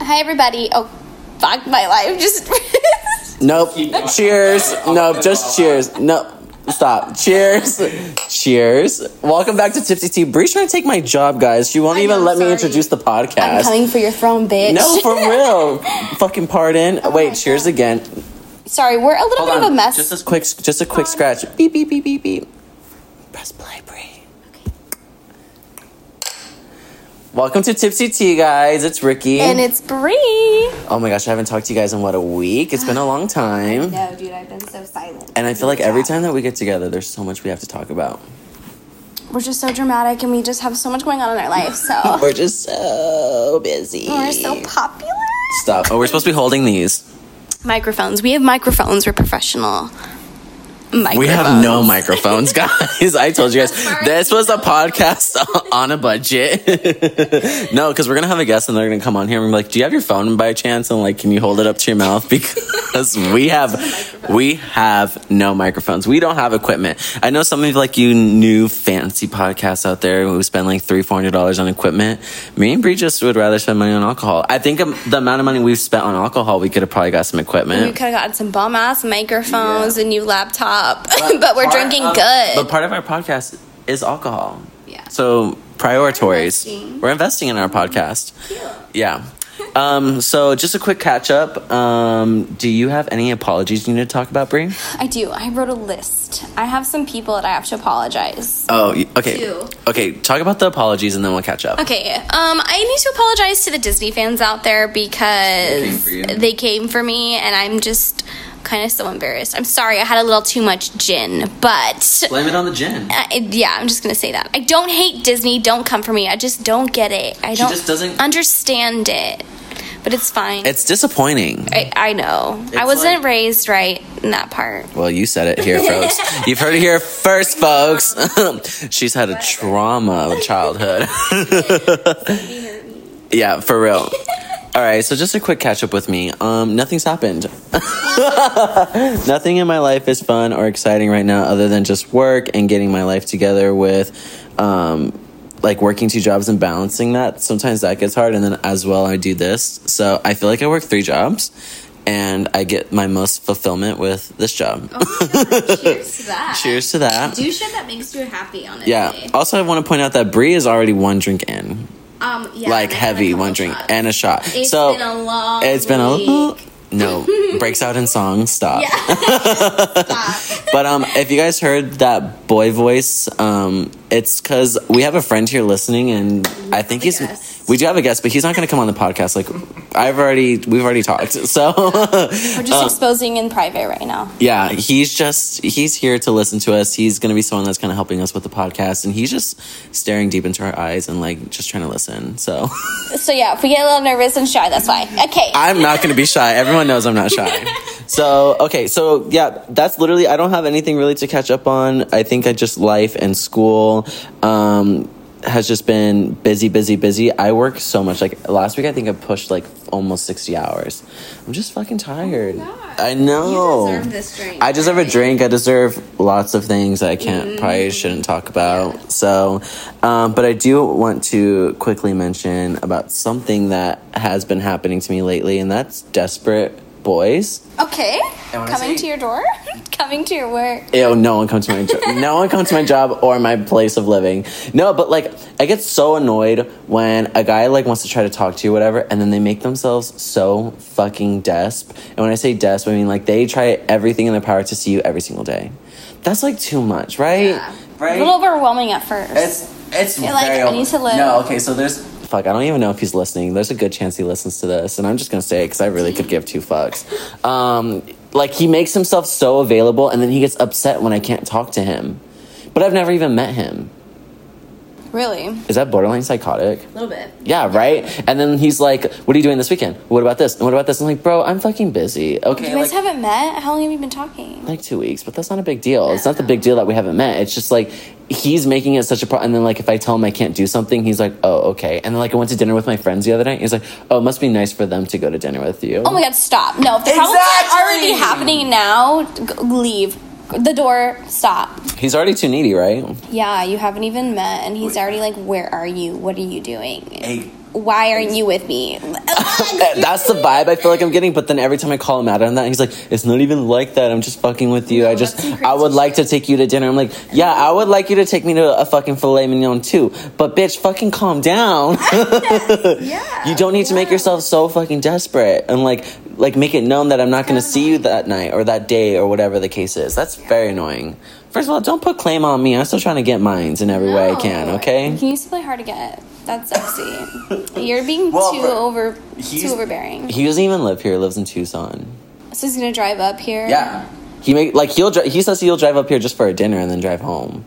hi everybody. Oh, fuck my life. Just Nope. Cheers. Nope. Just cheers. Nope. Stop. Cheers. cheers. Welcome back to Tipsy Tea. Bree's trying to take my job, guys. She won't I even know, let me sorry. introduce the I'm podcast. coming for your throne, bitch. no, for real. Fucking pardon. Oh my Wait. Cheers God. again. Sorry, we're a little bit of a mess. Just a quick. Just a quick scratch. Beep beep beep beep beep. Press play, Bree. Welcome to Tipsy Tea, guys. It's Ricky. and it's Bree. oh my gosh, I haven't talked to you guys in what a week. It's been a long time. No, Oh, dude, I've been so silent. And I feel like every time that we get together, there's so much we have to talk about. we're just so dramatic, and we just have so much going on in our life. So We're just so busy. Oh, we're so popular. Stop. Oh, we're supposed to be holding these. Microphones. We have microphones. We're professional. Microphones. We have no microphones, guys. I told you guys Sorry. this was a podcast on a budget. no, because we're gonna have a guest and they're gonna come on here and be like, "Do you have your phone by chance?" And like, can you hold it up to your mouth? Because we have we have no microphones. We don't have equipment. I know some of like you new fancy podcasts out there who spend like three four hundred dollars on equipment. Me and Bree just would rather spend money on alcohol. I think um, the amount of money we've spent on alcohol, we could have probably got some equipment. We could have gotten some bum ass microphones, Yeah. a new laptop, but, we're part drinking of- good. But part of our podcast is alcohol. Yeah. So prioritories. We're investing. investing, in our podcast. Yeah. Um, so just a quick catch up. Um, do you have any apologies you need to talk about, Brie? I do. I wrote a list. I have some people that I have to apologize. Oh, y- okay. Two. Okay, talk about the apologies and then we'll catch up. Okay, um, I need to apologize to the Disney fans out there because for you. they came for me, and I'm just kind of so embarrassed. I'm sorry, I had a little too much gin, but Blame it on the gin. I, yeah, I'm just gonna say that I don't hate Disney. Don't come for me. I just don't get it. I don't just doesn't- understand it, but it's fine. It's disappointing. I, I know. I It's wasn't like- raised right in that part. Well, you said it here, folks. You've heard it here first, folks. She's had a trauma of childhood. yeah, for real. All right, so just a quick catch up with me. Um, nothing's happened. Nothing in my life is fun or exciting right now, other than just work and getting my life together with, um, like working two jobs and balancing that. Sometimes that gets hard, and then as well, I do this. So I feel like I work three jobs, and I get my most fulfillment with this job. Cheers to that. Cheers to that. Oh, Do shit that makes you happy, honestly. Yeah. Also, I want to point out that Brie is already one drink in, Um, yeah like and I had a heavy couple one drink shots. and a shot. It's so been a long it's been a week. no breaks out in song. Stop. Stop. But um, if you guys heard that boy voice, um, it's because we have a friend here listening, and I think have a he's guest. we do have a guest, but he's not going to come on the podcast. Like I've already we've already talked, so We're uh, just exposing in private right now. yeah, he's just he's here to listen to us. He's going to be someone that's kind of helping us with the podcast, and he's just staring deep into our eyes and like just trying to listen. So So yeah, if we get a little nervous and shy, that's why. Okay. I'm not going to be shy. Everyone knows I'm not shy. So okay, so yeah, that's literally. I don't have anything really to catch up on. I think I just life and school um, has just been busy, busy, busy. I work so much. Like last week, I think I pushed like almost sixty hours. I'm just fucking tired. I know. this drink. I deserve a drink. I deserve lots of things that I can't probably shouldn't talk about. So, um, but I do want to quickly mention about something that has been happening to me lately, and that's desperate boys. Okay. wanna Coming see- to your door. Coming to your work. Ew, no one comes to my job. no one comes to my job or my place of living. No, but like I get so annoyed when a guy like wants to try to talk to you, whatever, and then they make themselves so fucking desp. And when I say desp, I mean like they try everything in their power to see you every single day. That's like too much, right? A little overwhelming at first. It's it's You're like, very I need to live. No, okay, so there's fuck. I don't even know if he's listening. There's a good chance he listens to this, and I'm just gonna say it because I really could give two fucks. Um, like he makes himself so available, and then he gets upset when I can't talk to him. But I've never even met him. really a Is that borderline psychotic? little bit. Yeah, right. And then he's like, "What are you doing this weekend? What about this? And what about this?" I'm like, "Bro, I'm fucking busy." Okay, You guys like- haven't met. How long have you been talking? like two weeks, but that's not a big deal. It's not the big deal that we haven't met. It's just like he's making it such a problem. And then like if I tell him I can't do something, he's like, oh okay. And then like I went to dinner with my friends the other night. He's like, oh, it must be nice for them to go to dinner with you. Oh my god, stop. No, if the problem's Exactly. already happening now, g- leave. The door, stop. He's already too needy, right? Yeah, you haven't even met, and he's already like, Where are you? What are you doing? why aren't you with me? That's the vibe I feel like I'm getting. But then every time I call him out on that, he's like, "It's not even like that. I'm just fucking with you. I just, that's some crazy I would like to take you to dinner." I'm like, "Yeah, I would like you to take me to a fucking filet mignon too." But bitch, fucking calm down. Yeah. you don't need to make yourself so fucking desperate and like, like make it known that I'm not going to see you that night or that day or whatever the case is. That's very annoying. First of all, don't put claim on me. I'm still trying to get mines in every way I can. No. Okay. He needs to play hard to get. That's sexy. You're being Well, too but over, too he's- overbearing. He doesn't even live here. He lives in Tucson. so he's gonna drive up here. Yeah. He make like he'll dri- he says he'll drive up here just for a dinner and then drive home.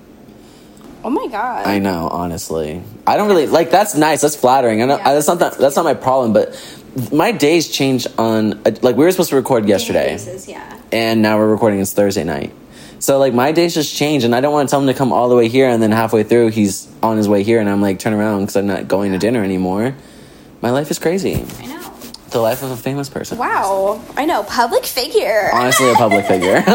Oh my god. I know, honestly. I don't really like that's nice. That's flattering. I know Yeah, that's not that, that's not my problem, but my days change on like we were supposed to record yesterday Basis, yeah. and now we're recording it's Thursday night. So like my days just change and I don't want to tell him to come all the way here and then halfway through he's on his way here and I'm like turn around cuz I'm not going to dinner anymore. My life is crazy. I know. The life of a famous person. Wow. I know. Public figure. honestly a public figure.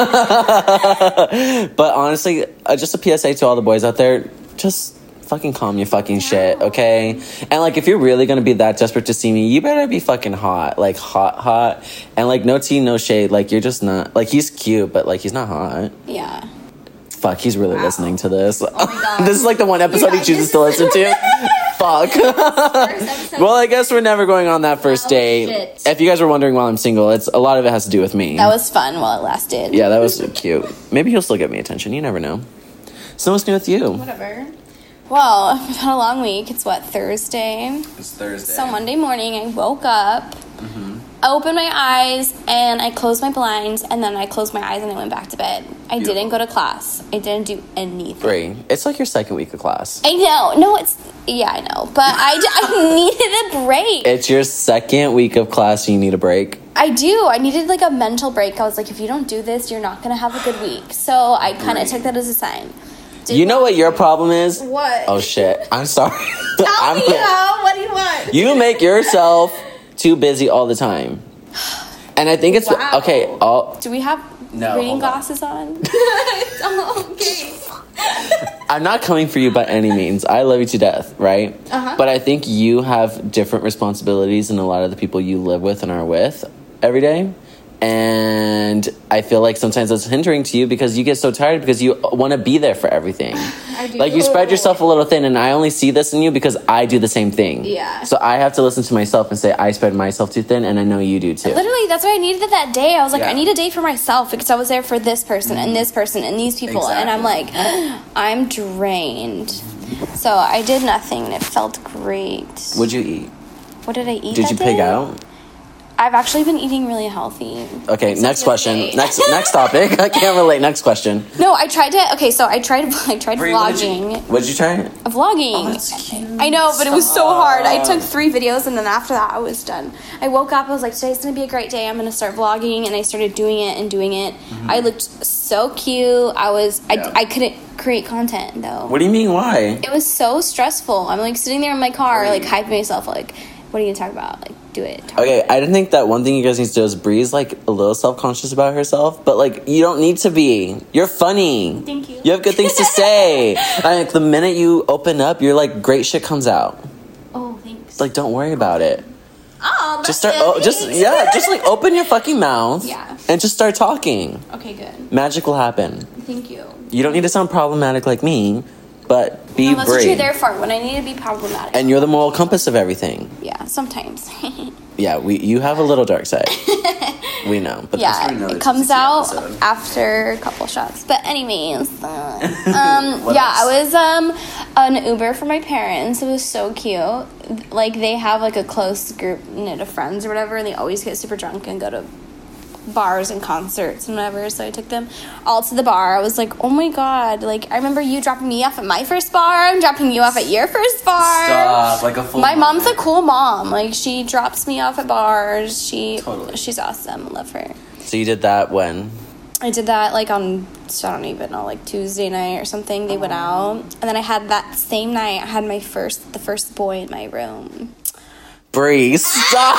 but honestly, uh, just a PSA to all the boys out there: just fucking calm your fucking shit, okay? And like, if you're really gonna be that desperate to see me, you better be fucking hot, like hot, hot, and like no tea, no shade. Like you're just not. Like he's cute, but like he's not hot. yeah. Fuck, he's really listening to this. Oh God. this is like the one episode he guys, chooses this to listen to. Fuck. First episode. Well, I guess we're never going on that first Oh, date. shit. If you guys were wondering while I'm single, it's a lot of it has to do with me. that was fun while it lasted. Yeah, that was cute. Maybe he'll still get me attention. You never know. So what's new with you? Whatever. Well, we've had a long week. It's what Thursday. It's Thursday. So Monday morning, I woke up, Mm-hmm. I opened my eyes, and I closed my blinds, and then I closed my eyes and I went back to bed. I didn't go to class. I didn't do anything. Three. It's like your second week of class. I know. No, it's yeah, I know, but I, d- I needed a break. It's your second week of class. You need a break. I do. I needed like a mental break. I was like, if you don't do this, you're not gonna have a good week. So I kind of Right. took that as a sign. Did You know what your problem is? What? Oh shit. I'm sorry. Tell I'm- me, Al, what do you want? you make yourself too busy all the time. And I think it's Wow. okay. All, Do we have No, reading hold on. glasses on? okay. I'm not coming for you by any means. I love you to death, right? Uh-huh. But I think you have different responsibilities than a lot of the people you live with and are with every day. And I feel like sometimes that's hindering to you because you get so tired because you want to be there for everything. I do. Like you spread yourself a little thin, and I only see this in you because I do the same thing. Yeah. So I have to listen to myself and say I spread myself too thin, and I know you do too. Literally, that's why I needed it that day. I was like, Yeah. I need a day for myself because I was there for this person and this person and these people, and I'm like, I'm drained. So I did nothing. and It felt great. Would you eat? what did I eat? Did that you pig day? out? I've actually been eating really healthy. Okay. next question. yesterday. Next next topic. I can't relate. Next question. No, I tried to. Okay, so I tried. I tried vlogging. What did you try? vlogging. Oh, that's cute. I know, but it was so hard. I took three videos and then after that I was done. I woke up, I was like, today's gonna be a great day. I'm gonna start vlogging and I started doing it and doing it. I looked so cute. I was Mm-hmm. Yeah. I, I couldn't create content though. What do you mean? Why? it was so stressful. I'm like sitting there in my car, like hyping myself like, what are you gonna talk about? Like do it. Okay, I didn't think that one thing you guys need to do is Bree's like a little self conscious about herself, but like you don't need to be. You're funny. Thank you. You have good things to say. And, like the minute you open up, you're like great shit comes out. Oh thanks. Like don't worry about it. oh that's Just start. good. Oh, just Thanks. yeah. Just like open your fucking mouth. Yeah. And just start talking. Okay, good. Magic will happen. Thank you. You don't need to sound problematic like me, but be No, that's what Bree. you're there for when I need to be problematic. and you're the moral compass of everything. yeah, sometimes. Yeah, we you have a little dark side. we know, but that's for yeah, another it comes 260 out episode. after a couple shots. But anyways, uh, um, What yeah, else? I was um an Uber for my parents. It was so cute. Like they have like a close group knit of friends or whatever, and they always get super drunk and go to bars and concerts and whatever. So I took them all to the bar. I was like, oh my god! Like I remember you dropping me off at my first bar. I'm dropping you off at your first bar. Stop, like a full My mom. mom's a cool mom. Like she drops me off at bars. She Totally. she's awesome. Love her. So you did that when? I did that like on I don't even know like Tuesday night or something. They Oh. went out, and then I had that same night. I had my first the first boy in my room. Bree, stop.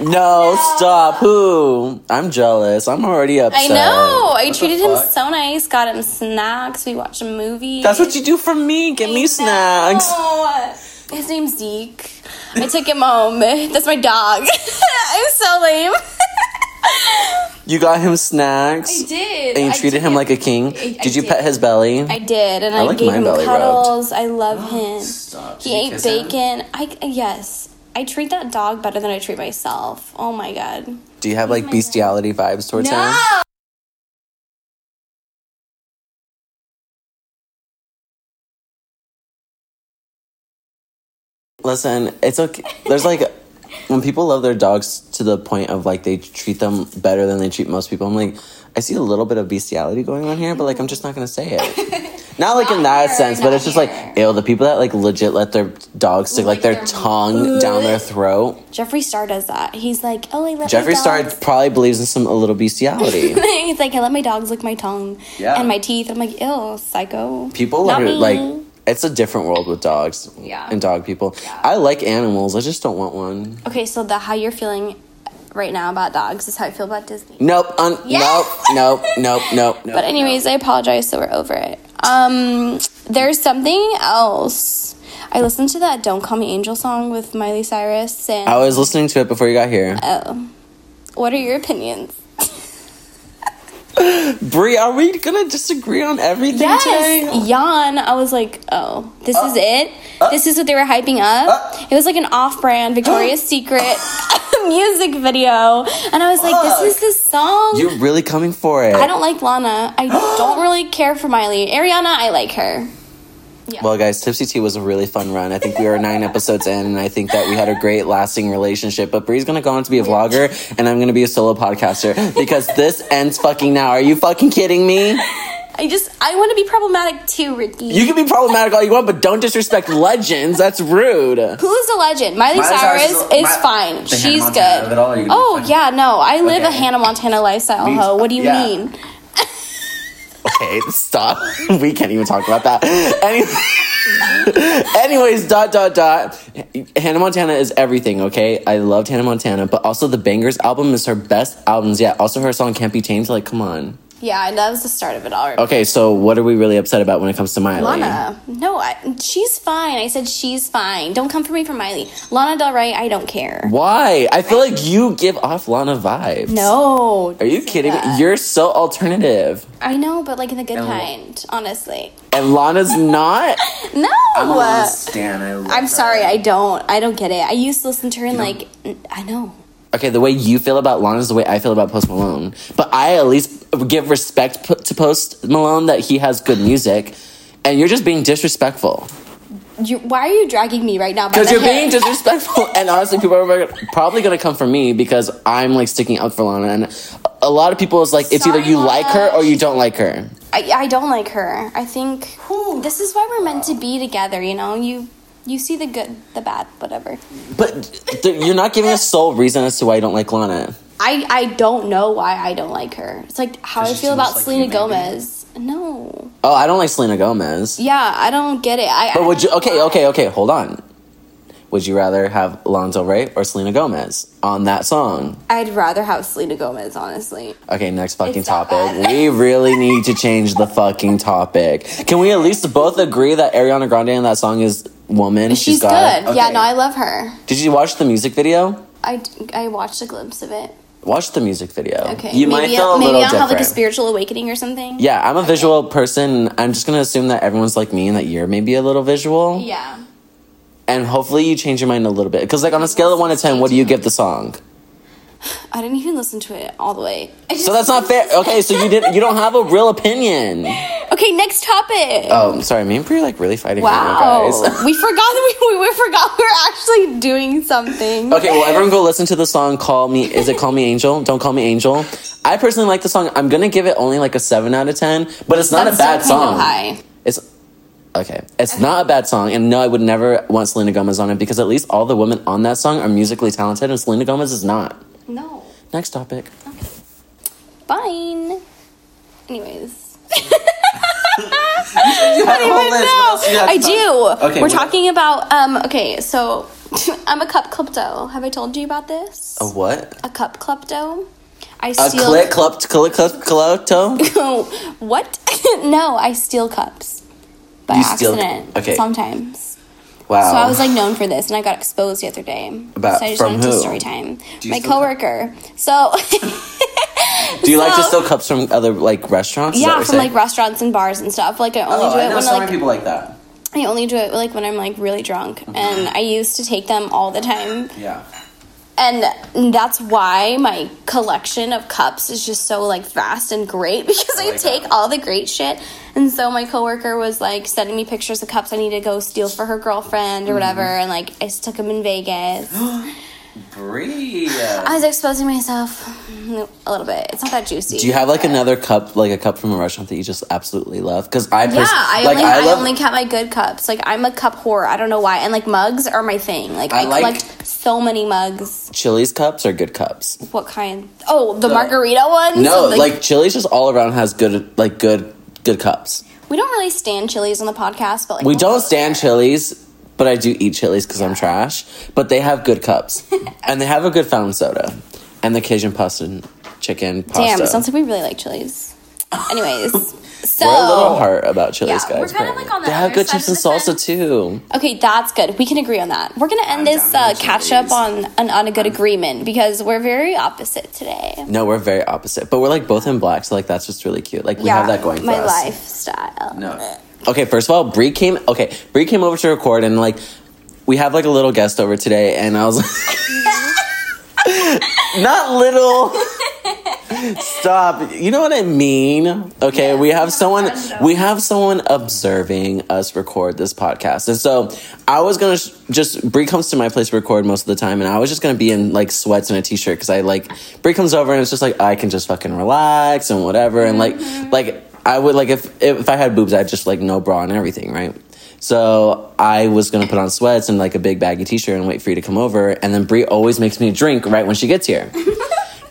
no, stop. Who? I'm jealous. I'm already upset. I know. I What the treated him fuck? so nice. Got him snacks. We watched a movie. That's what you do for me. Give me snacks. No. His name's Zeke. I took him home. That's my dog. I'm so lame. You got him snacks. I did. And you I treated did. him like a king. I- I did you did. pet his belly? I did, and I I, like gave my him belly rubbed. cuddles. I love him. Stop. Did He you ate kiss him? bacon. I yes. I treat that dog better than I treat myself. Oh my god. Do you have like bestiality vibes towards him? No. Listen, it's okay. There's like when people love their dogs to the point of like they treat them better than they treat most people. I'm like, I see a little bit of bestiality going on here, but like I'm just not gonna say it. Not like in that here, sense, but not it's just like, ew, the people that like legit let their dogs stick like Lick their, their- tongue down their throat. Jeffree Star does that. He's like, oh, I let my Jeffree Star dogs-" probably believes in some a little bestiality. He's like, I let my dogs lick my tongue Yeah. and my teeth. I'm like, ew, psycho. People Not are me. like it's a different world with dogs Yeah. and dog people. I like animals. I just don't want one. Okay, so the how you're feeling right now about dogs is how I feel about Disney. Nope. Un- Yes! Nope. Nope. Nope. Nope. But anyways, I apologize, so we're over it. Um, there's something else. I listened to that "Don't Call Me Angel" song with Miley Cyrus, and I was listening to it before you got here. oh, what are your opinions? Brie, are we gonna disagree on everything today? Yes, yawn. I was like, oh, this is it. this is what they were hyping up. it was like an off-brand Victoria's Secret music video, and I was like, this is the song. You're really coming for it. I don't like Lana. I don't really care for Miley. Ariana, I like her. Well, guys, Tipsy Tea was a really fun run. I think we are nine episodes in, and I think that we had a great lasting relationship. But Bree's gonna go on to be a vlogger, and I'm gonna be a solo podcaster because this ends fucking now. Are you fucking kidding me? I just I want to be problematic too, Ricky. You can be problematic all you want, but don't disrespect legends. That's rude. Who is a legend? Miley, Miley Cyrus, Cyrus is, is- Mi- fine. the Hannah She's Montana good. of it all, you can oh be fine. yeah, no, I live a Okay. Hannah Montana lifestyle, Me- hoe. What do you yeah. mean? Okay, stop. We can't even talk about that. Any- Anyways, dot dot dot. Hannah Montana is everything. Okay, I loved Hannah Montana, but also the Bangers album is her best albums yet. Also, her song "Can't Be Tamed." Like, come on. Yeah, and that was the start of it all. Okay, so what are we really upset about when it comes to Miley? Lana, no, I, she's fine. I said she's fine. Don't come for me for Miley. Lana Del Rey, I don't care. Why? I feel like you give off Lana vibes. No, Are you kidding me? You're so alternative, I know, but like in the good And- kind, honestly. and Lana's not. No, Stan, I I'm sorry, I don't. I don't get it. I used to listen to her and like, n- I know. okay, the way you feel about Lana is the way I feel about Post Malone. But I at least give respect p- to Post Malone that he has good music. And you're just being disrespectful. You, why are you dragging me right now? by Because the you're hair? being disrespectful. And honestly, people are probably going to come for me because I'm like sticking up for Lana. And a lot of people is like, it's either Sorry, you Lana. like her or you don't like her. I, I don't like her. I think this is why we're meant to be together. You know, you you see the good, the bad, whatever. But th- you're not giving a sole reason as to why you don't like Lana. I I don't know why I don't like her. It's like how I she's feel too much about like Selena you, maybe. Gomez. No, Oh, I don't like Selena Gomez. yeah, I don't get it. I But would you? Okay, okay, okay. Hold on. Would you rather have Lana Del Rey or Selena Gomez on that song? I'd rather have Selena Gomez, honestly. Okay, next fucking It's not topic. bad. We really need to change the fucking topic. Can we at least both agree that Ariana Grande in that song is woman? She's, good. got- Yeah, Okay. no, I love her. Did you watch the music video? I d- I watched a glimpse of it. Watch the music video. Okay, You might feel a maybe little I'll different. have like a spiritual awakening or something. yeah, I'm a visual person. I'm just gonna assume that everyone's like me and that you're maybe a little visual. Yeah. And hopefully you change your mind a little bit. Because like on a scale of one to ten, what do you give the song? I didn't even listen to it all the way. I just- So that's not fair. Okay, so you didn't. You don't have a real opinion. Okay, next topic. Oh, I'm sorry. Me and Brie are like really fighting Wow, right now, guys. we forgot that we, we forgot we were actually doing something. Okay, well, everyone go listen to the song "Call Me." Is it "Call Me Angel"? Don't call me Angel. I personally like the song. I'm gonna give it only like a seven out of ten, but it's not That's a bad still kind of song. high. It's okay. It's not a bad song, and no, I would never want Selena Gomez on it because at least all the women on that song are musically talented, and Selena Gomez is not. No, Next topic. fine. Anyways, You have a whole I do. Okay, we're what- talking about um. Okay, so I'm a cup klepto. Have I told you about this? A what? A cup klepto. I Oh. A steal. click, club, click, club, club, what? no, I steal cups by You steal- accident. okay. Sometimes. Wow. So I was like known for this, and I got exposed the other day. About- so I just from wanted to who? story time. Do you My still- coworker. So do you like to so- steal cups from other like restaurants? Is that yeah, what from you're like restaurants and bars and stuff. Like I only saying? do oh, I it know when so like many people like that. I only do it like when I'm like really drunk, Mm-hmm. and I used to take them all the time, Yeah. and that's why my collection of cups is just so like vast and great because I Oh my take God. all the great shit. And so my coworker was like sending me pictures of cups I need to go steal for her girlfriend Mm-hmm. or whatever, and like I took them in Vegas. Bree. I was exposing myself a little bit. It's not that juicy. Do you have like but- another cup, like a cup from a restaurant that you just absolutely love? Because I, pers- Yeah, I like only I, I love. only kept my good cups. Like I'm a cup whore. I don't know why. And like mugs are my thing. Like I I, like- collect so many mugs. Chili's cups are good cups. What kind? Oh, the The- margarita ones. No, like, Chili's just all around has good, like good, good cups. we don't really stand chilies on the podcast, but like We we'll go don't stand there. Chili's, but I do eat Chili's because I'm trash. But they have good cups, and they have a good fountain soda, and the Cajun pasta, and chicken pasta. Damn, sounds like we really like chilies. Anyways, so we're a little hard about Chili's, Yeah, guys. we're kinda, apparently. like, on the they have other good side chips of and the salsa fence. too. Okay, that's good. We can agree on that. We're gonna end I'm this down uh, with catch chilies. up on an on a good agreement because we're very opposite today. No, we're very opposite, but we're like both in black, so like that's just really cute. Like we have that going for my us. lifestyle. No. Okay, first of all, Bree came. Okay, Bree came over to record, and like we have like a little guest over today, and I was like, not little. Stop. You know what I mean? Okay, Yeah, we we have have a someone. friend over. We have someone observing us record this podcast, and so I was gonna sh- just Bree comes to my place to record most of the time, and I was just gonna be in like sweats and a t-shirt because I like Bree comes over and it's just like I can just fucking relax and whatever, and like like I would like if if I had boobs, I'd just like no bra and everything, right? So I was gonna put on sweats and like a big baggy t-shirt and wait for you to come over, and then Bree always makes me a drink right when she gets here.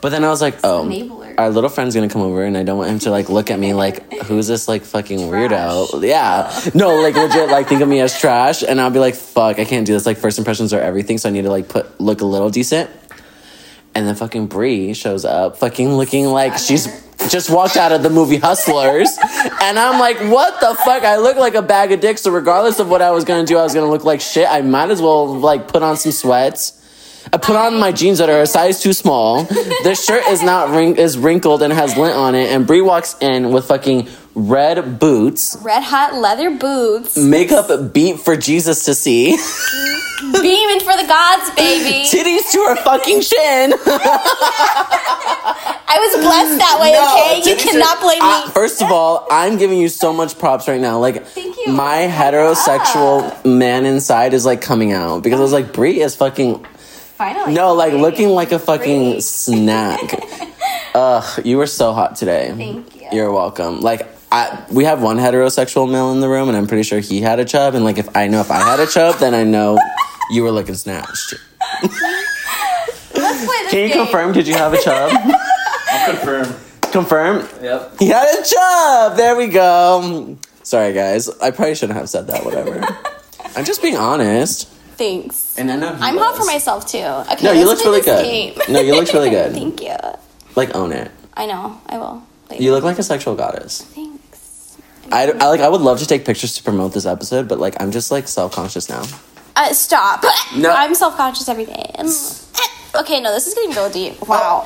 But then I was like, oh, enabler. our little friend's gonna come over, and I don't want him to like look at me like, who's this like fucking weirdo? Yeah, no, like legit, like think of me as trash, and I'll be like, fuck, I can't do this. Like first impressions are everything, so I need to like put look a little decent. And then fucking Brie shows up, fucking looking like she's just walked out of the movie Hustlers, and I'm like, what the fuck? I look like a bag of dicks. So regardless of what I was gonna do, I was gonna look like shit. I might as well like put on some sweats. I put on my jeans that are a size too small. This shirt is not wrin- is wrinkled and has lint on it. And Brie walks in with fucking red boots, Red hot leather boots. makeup beat for Jesus to see, Beaming for the gods, baby. titties to her fucking chin. I was blessed that way, okay? You titties to- cannot blame I- me. first of all, I'm giving you so much props right now. Like Thank you. Ah. my heterosexual man inside is like coming out because I was like Brie is fucking Finally. no like looking like a fucking Brie. snack. Ugh, you were so hot today. Thank you. You're welcome. Like I, we have one heterosexual male in the room, and I'm pretty sure he had a chub. And like, if I know if I had a chub, then I know you were looking snatched. Let's play this Can you game. confirm? Did you have a chub? Confirm. confirm. Yep. He had a chub. There we go. Sorry, guys. I probably shouldn't have said that. Whatever. I'm just being honest. Thanks. And I know I'm hot for myself too. Okay, No, you let's looked play really this good. game. No, you looked really good. Thank you. Like own it. I know. I will. Later. You look like a sexual goddess. Thanks. I, I like. I would love to take pictures to promote this episode, but like, I'm just like self conscious now. Uh, stop. No. I'm self conscious every day. And- eh, Okay, no, this is getting real deep. Wow.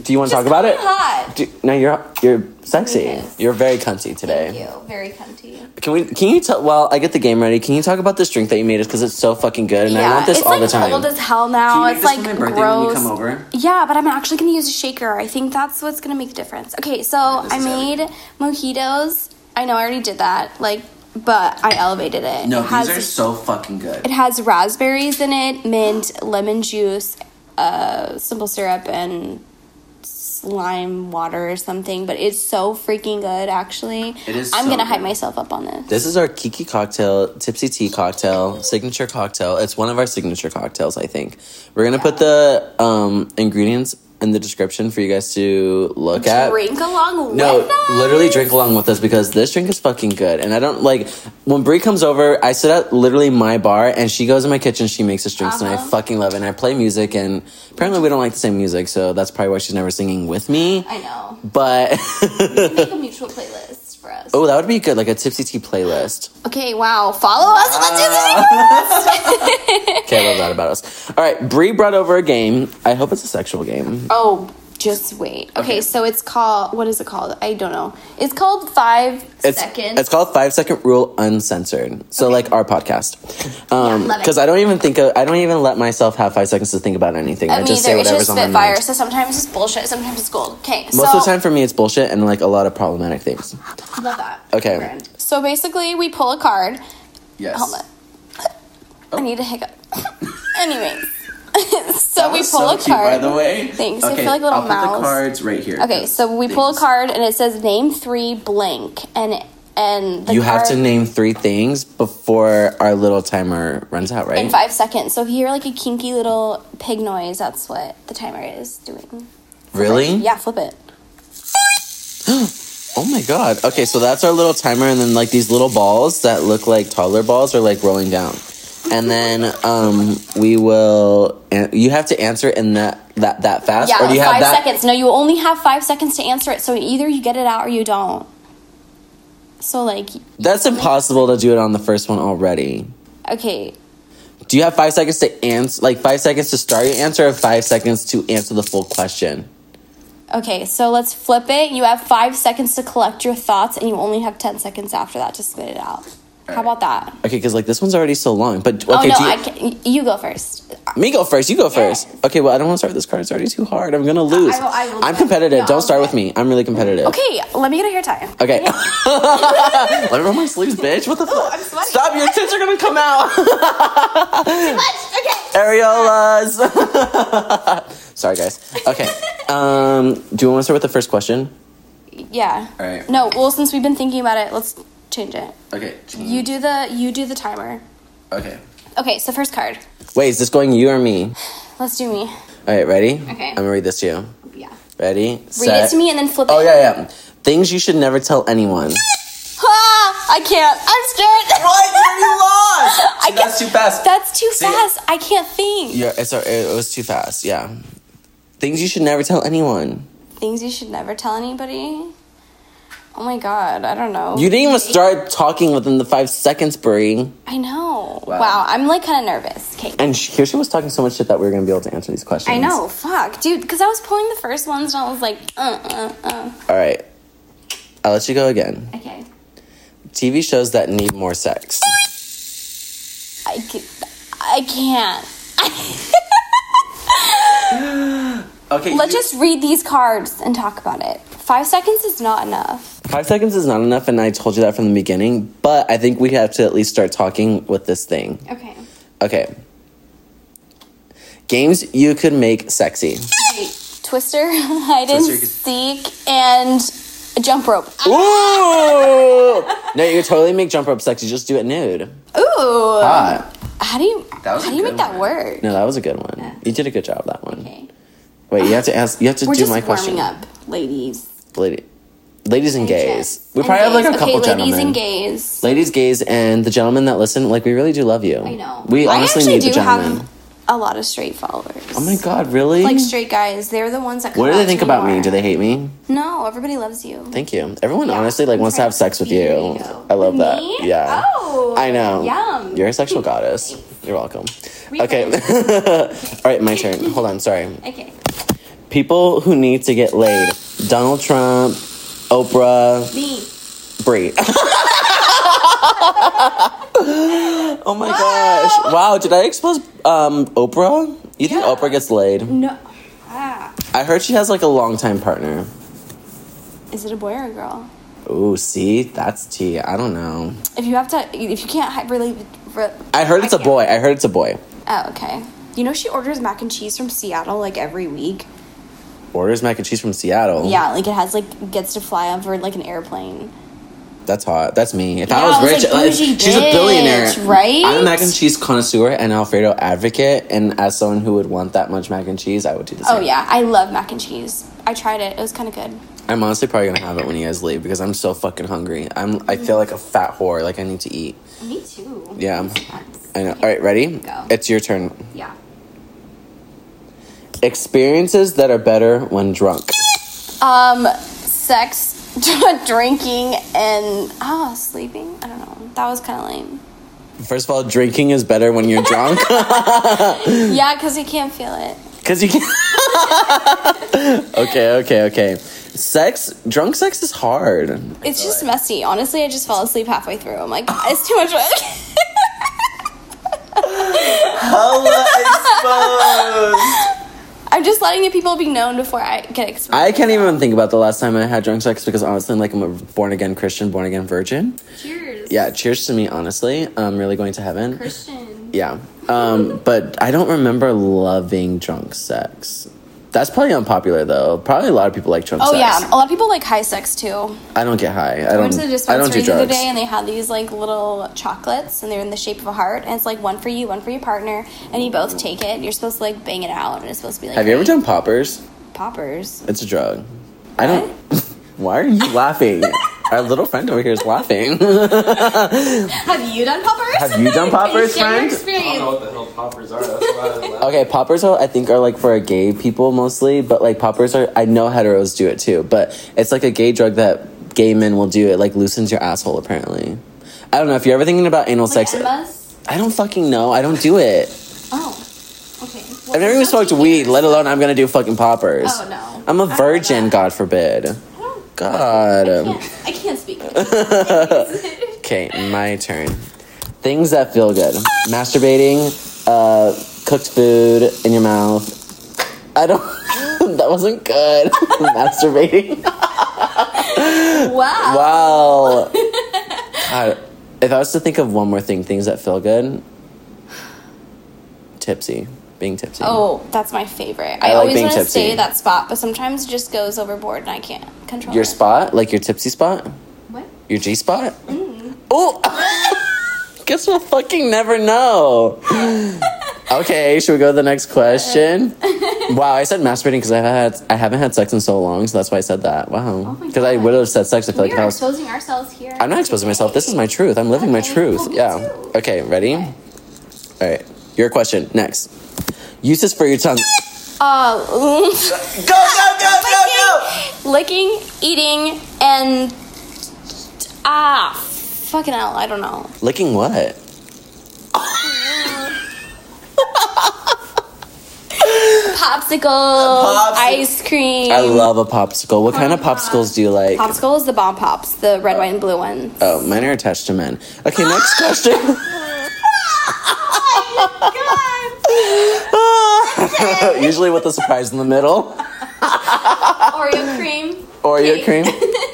Do you want to talk about it? Hot. Do, no, you're you're sexy. Yes. You're very cunty today. Thank you. Very cunty. Can we? Can you tell? Well, I get the game ready. Can you talk about this drink that you made us? Because it's so fucking good, and I want this it's all like the time. cold as hell now. it's like gross. over? Yeah, but I'm actually gonna use a shaker. I think that's what's gonna make the difference. Okay, so this I is made mojitos. I know I already did that, like, but I elevated it. it has, so fucking good. It has raspberries in it, mint, lemon juice, uh, simple syrup, and slime water or something. But it's so freaking good, actually. It is I'm so gonna hype good. myself up on this. This is our Kiki cocktail, Tipsy Tea cocktail, signature cocktail. It's one of our signature cocktails, I think. We're gonna put the um, ingredients in the description for you guys to look at. Drink along No, with us. literally drink along with us because this drink is fucking good. And I don't like when Brie comes over, I sit at literally my bar and she goes in my kitchen, she makes us drinks, and I Uh-huh. fucking love it. And I play music, and apparently we don't like the same music, so that's probably why she's never singing with me. I know. But Make a mutual playlist for us. Oh, that would be good, like a tipsy tea playlist. Okay, wow. Follow us on the Ah. Disney Okay, I love that about us. All right, Brie brought over a game. I hope it's a sexual game. Oh, just wait. Okay, Okay. so it's called what is it called? I don't know. It's called five It's, seconds. it's called Five Second Rule Uncensored. So like our podcast, love it. because I don't even think of, I don't even let myself have five seconds to think about anything. I Me just either. say it's whatever's just on my mind. spitfire. So sometimes it's bullshit, sometimes it's gold. Okay, Most so of the time for me, it's bullshit and like a lot of problematic things. love that. Okay. Brand. So basically, we pull a card. Yes. Hold on. I need a hiccup. Anyways, so we pull a card. way, Thanks. I Okay, feel like a little I'll put the mouse. cards right here. Okay, so we pull a card and it says name three blank and and the you have to card- name three things before our little timer runs out, right? in five seconds. So if you hear like a kinky little pig noise, that's what the timer is doing. Really? Yeah, flip it. Oh my god. Okay, so that's our little timer, and then like these little balls that look like toddler balls are like rolling down, and then um we will. an- You have to answer it in that that that fast, Yeah, or do you five have that? seconds. No, you only have five seconds to answer it. So either you get it out or you don't. So like, That's impossible to do it on the first one already. okay, Do you have five seconds to answer? Like five seconds to start your answer, or five seconds to answer the full question? okay. So let's flip it. You have five seconds to collect your thoughts, and you only have ten seconds after that to spit it out. How about that? Okay, because like this one's already so long. But okay, oh no, do you, I can, you go first. me go first. You go first. Okay, well I don't want to start with this card. It's already too hard. I'm gonna lose. I will- I will am do it. competitive. No, don't I'll start do with me. I'm really competitive. Okay, let me get a hair tie. Okay. Let me roll my sleeves, bitch. Oh, What the fuck? I'm sweating. Stop! Your tits are gonna come out. Okay. Areolas. Sorry, guys. Okay. Um, do you want to start with the first question? Yeah. All right. No, well, since we've been thinking about it, let's change it. Okay. You do the you do the timer. Okay. Okay, so first card. Wait, is this going you or me? Let's do me. All right, ready? Okay. I'm gonna read this to you. Yeah. Ready? Read it to me and then flip Oh it. yeah, yeah. Things you should never tell anyone. Ah, I can't. I'm scared. I can't. too fast. That's too it. fast. I can't think. Yeah, it's it was too fast. Yeah. Things you should never tell anyone. Things you should never tell anybody. Oh my god, I don't know. You didn't even start talking within the five seconds, Brie. I know. Wow. Wow, I'm like kind of nervous. Okay. And sh- here she was talking so much shit that we were gonna be able to answer these questions. I know. Fuck, dude. Because I was pulling the first ones and I was like, uh, uh, uh. All right. I'll let you go again. Okay. TV shows that need more sex. I can I can't. Okay. Let's just read these cards and talk about it. Five seconds is not enough. Five seconds is not enough, and I told you that from the beginning. But I think we have to at least start talking with this thing. Okay. Okay. Games you could make sexy. Twister, hide and Twister, you seek, and a jump rope. Ooh! no, you could totally make jump rope sexy. Just do it nude. Ooh. Ah, How do you That was how a do you good make that one. work? no, that was a good one. You did a good job that one. Okay. Wait, you have to ask. You have to We're do just my warming question, up, ladies. lady, ladies and gays. We And probably have like gays. a couple okay, gentlemen. ladies and gays. Ladies, gays, and the gentlemen that listen. Like, we really do love you. I know. We I honestly actually need do the gentlemen. have a lot of straight followers. oh my god, really? Like straight guys, they're the ones that. Come what do out they to think about me? more. Do they hate me? No, everybody loves you. Thank you. Everyone honestly like wants to have sex with you. There you go. I love With that. me? Yeah. Oh, I know. yum. You're a sexual goddess. You're welcome. Replay. Okay. All right, my turn. Hold on. Sorry. Okay. People who need to get laid. Donald Trump, Oprah, Me. Brie. oh my gosh. Wow, did I expose um Oprah? You think Yeah. Oprah gets laid? No. Ah. I heard she has like a longtime partner. Is it a boy or a girl? Ooh, see? That's tea. I don't know. If you have to, if you can't hi- really. re- I heard it's a can't. boy. I heard it's a boy. Oh, okay. You know she orders mac and cheese from Seattle like every week. Orders mac and cheese from Seattle. Yeah, like it has like gets to fly over like an airplane. That's hot. That's me. If Yeah, I was I was rich, like, like, bougie she's a billionaire. bitch, right? I'm a mac and cheese connoisseur and Alfredo advocate. And as someone who would want that much mac and cheese, I would do the same. Oh yeah, I love mac and cheese. I tried it; it was kind of good. I'm honestly probably going to have it when you guys leave because I'm so fucking hungry. I'm, I feel like a fat whore. Like, I need to eat. Me too. Yeah. I know. All right, ready? Go. It's your turn. Yeah. Experiences that are better when drunk. Um, sex drinking and oh sleeping. I don't know. That was kind of lame. First of all, drinking is better when you're drunk Hmm. Yeah, because you can't feel it. because you can. okay, okay, okay. Sex, drunk sex is hard. It's just messy. Honestly, I just fell asleep halfway through. I'm like, it's too much work. Hella exposed. I'm just letting the people be known before I get exposed. I can't even think about the last time I had drunk sex because honestly, like I'm a born again Christian, born again virgin. Cheers. Yeah, cheers to me, honestly. I'm really going to heaven. Christian. Yeah. Um, but I don't remember loving drunk sex. That's probably unpopular though. Probably a lot of people like drunk Oh sex. yeah, a lot of people like high sex too. I don't get high. I I went don't. to the Um, I don't do dispensary the other drugs. day and they had these like little chocolates and they're in the shape of a heart and it's like one for you, one for your partner, and you both take it. And you're supposed to like bang it out and it's supposed to be like Have you ever done poppers? poppers. It's a drug. I don't. Why are you laughing? Our little friend over here is laughing. Have you done poppers? Have you done poppers, friend? I don't know what the hell poppers are. That's why I was laughing. Okay, poppers are, I think are like for gay people mostly, but like poppers are I know heteros do it too, but it's like a gay drug that gay men will do. It like loosens your asshole apparently. I don't know if you're ever thinking about anal sex. I don't fucking know. I don't do it. Oh, okay. I've never even smoked weed, let alone I'm gonna do fucking poppers. Oh, no. I'm a I don't virgin, know. God forbid. God. um, I can't speak. Okay, my turn. Things that feel good. Masturbating, uh, cooked food in your mouth. I don't. that wasn't good. Masturbating. wow. Wow. God, if I was to think of one more thing, things that feel good. Tipsy. Being tipsy. Oh, that's my favorite. I, like always being want to tipsy. stay that spot, but sometimes it just goes overboard and I can't control Your it. spot? Like your tipsy spot? What? Your G spot? Mm-hmm. Oh! Guess we'll fucking never know. okay, should we go to the next question? wow, I said masturbating because I had I haven't had sex in so long, so that's why I said that. Wow, Oh my because I God. would have said sex. I feel We like I are was. exposing ourselves here. I'm not exposing myself. This is my truth. I'm living my Okay, truth. well, me yeah. too. Okay. Ready? Okay. All right. Your question next. Uses for your tongue. Uh, Go go go go licking, eating, and ah, fucking hell, I don't know. go. Licking what? Popsicles, ice cream. I love a popsicle. What kind of Corn popsicles do you like? Popsicle is the bomb pops, the red, white, and blue ones. Oh, mine are attached to men. Okay, next question. Usually with a surprise in the middle. Uh, Oreo cream. Oreo Cake. cream.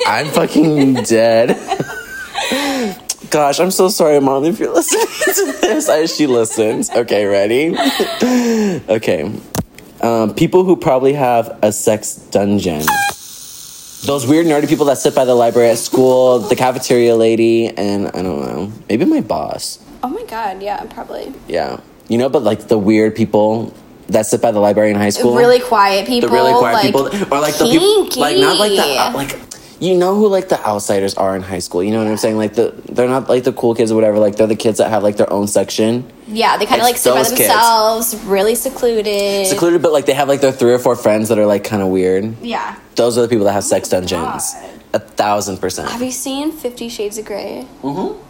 I'm fucking dead. Gosh, I'm so sorry, mom, if you're listening to this. I, she listens. Okay, ready? Okay. Um, people who probably have a sex dungeon. Those weird nerdy people that sit by the library at school, the cafeteria lady, and I don't know, maybe my boss. Oh my god, yeah, probably. Yeah. You know, but like the weird people that sit by the library in high school. Really quiet people. the really quiet like, people. Or like the people kinky. like not like the uh, out- like you know who like the outsiders are in high school. You know what I'm saying? Like the they're not like the cool kids or whatever, like they're the kids that have like their own section. Yeah, they kind of like It's sit by those kids. themselves, really secluded. Secluded, but like they have like their three or four friends that are like kinda weird. Yeah. Those are the people that have sex dungeons. God. A thousand percent. Have you seen Fifty Shades of Grey? Mm-hmm.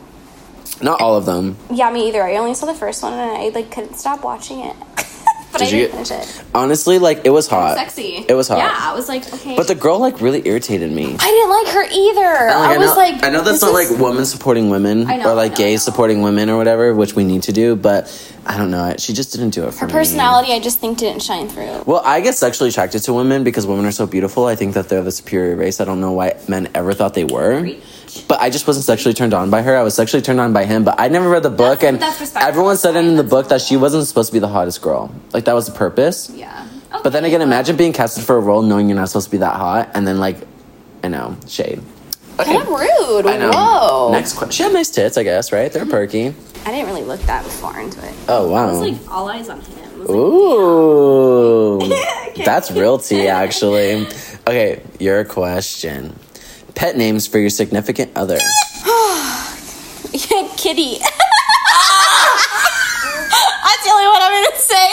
Not all of them. Yeah, me either. I only saw the first one and I like couldn't stop watching it. but I Did you didn't get- finish it. Honestly, like it was hot. Sexy. It was hot. Yeah, I was like, okay. But the girl like really irritated me. I didn't like her either. And, I was know, like, I know that's this not is- like women supporting women I know, or like I know, I know. gays supporting women or whatever, which we need to do, but I don't know. She just didn't do it for her me. personality. I just think didn't shine through. Well, I get sexually attracted to women because women are so beautiful. I think that they're the superior race. I don't know why men ever thought they were. But I just wasn't sexually turned on by her. I was sexually turned on by him, but I never read the book That's- and that's respectful. everyone said in the That's book that she wasn't supposed to be the hottest girl. Like that was the purpose. Yeah. But then Okay, again, well, imagine being casted for a role knowing you're not supposed to be that hot and then like I know, shade. Kind of rude. I know. Whoa. Next question. She had nice tits, I guess, right? They're perky. I didn't really look that far into it. Oh It was wow. like all eyes on him. It was, like, Ooh. That's real tea, actually. Okay, your question. Pet names for your significant other. Yeah, kitty. That's the only one I'm gonna say.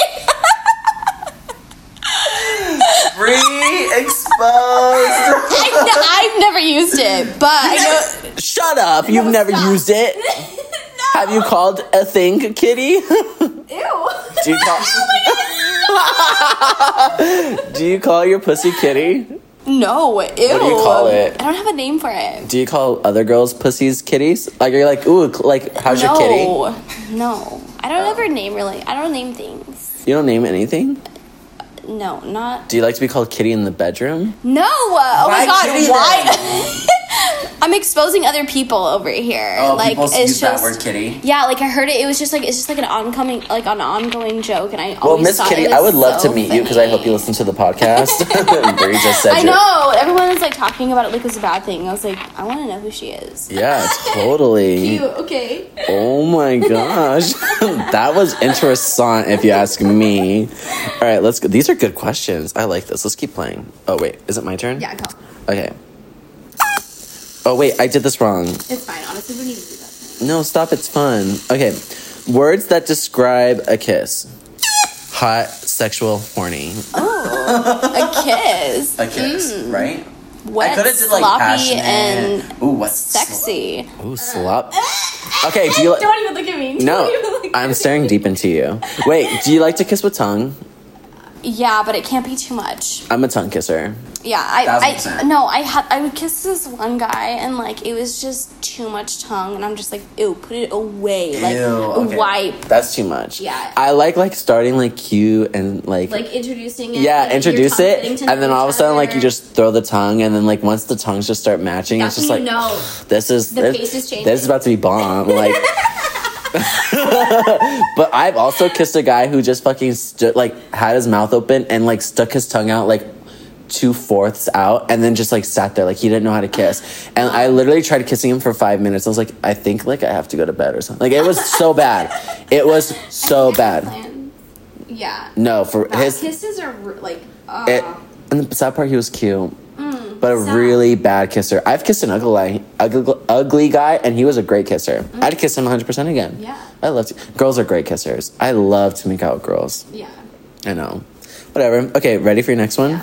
Free exposed. I, have never used it, but I Shut up! You've never used it. Have you called a thing, Kitty? know. Ew. Do you call? Oh Do you call your pussy Kitty? No, ew. What do you call it? I don't have a name for it. Do you call other girls pussies kitties? Like you're like, ooh, like how's your kitty? Oh. no. No. I don't ever name really. I don't name things. You don't name anything. No, not. Do you like to be called kitty in the bedroom? No. Oh my Why god, kitty why? I'm exposing other people over here. Oh, like it's just kitty. Yeah, like I heard it. It was just like it's just like an oncoming, like an ongoing joke, and I Well, always Miss thought Kitty, it I was would love so to meet you because I hope you funny. listen to the podcast. Bree just said I you're- know everyone was like talking about it like it was a bad thing. I was like, I want to know who she is. Yeah, totally. You okay? Oh my gosh, that was interessant. If you ask me. All right, let's go. These are good questions. I like this. Let's keep playing. Oh wait, is it my turn? Yeah, go. Okay. Oh wait, I did this wrong. It's fine. Honestly, we need to do that. No, stop. It's fun. Okay. Words that describe a kiss. Hot, sexual, horny. A kiss. Mm. A kiss, right? Wet, sloppy, and ooh, what's sexy. Ooh, slop. Okay, do you like? even look at me. No, I'm staring deep into you. Wait, do you like to kiss with tongue? Yeah, but it can't be too much. I'm a tongue kisser. Yeah, I, Thousand I percent. no, I had I would kiss this one guy and like it was just too much tongue and I'm just like ew, put it away, like wipe, That's too much. Yeah. I like like starting like cute and like. like introducing it. yeah, like, your introduce tongue it, getting to and know then all of a each sudden, like you other. just throw the tongue, and then like once the tongues just start matching, That's it's just when like you know this is the this, face is changing. this is about to be bomb. Like, but I've also kissed a guy who just fucking stood like had his mouth open and like stuck his tongue out like two fourths out, and then just like sat there like he didn't know how to kiss. And I literally tried kissing him for five minutes. I was like, I think like I have to go to bed or something. Like it was so bad. It was so bad. Yeah. No, for his kisses are like. Uh, it, and the sad part, he was cute, but a Mm, sad. really bad kisser. I've kissed an ugly, ugly, ugly guy, and he was a great kisser. I'd kiss him 100 percent again. Mm. Yeah. I love to. Girls are great kissers. I love to make out with girls. yeah. I know. Whatever. Okay, ready for your next one?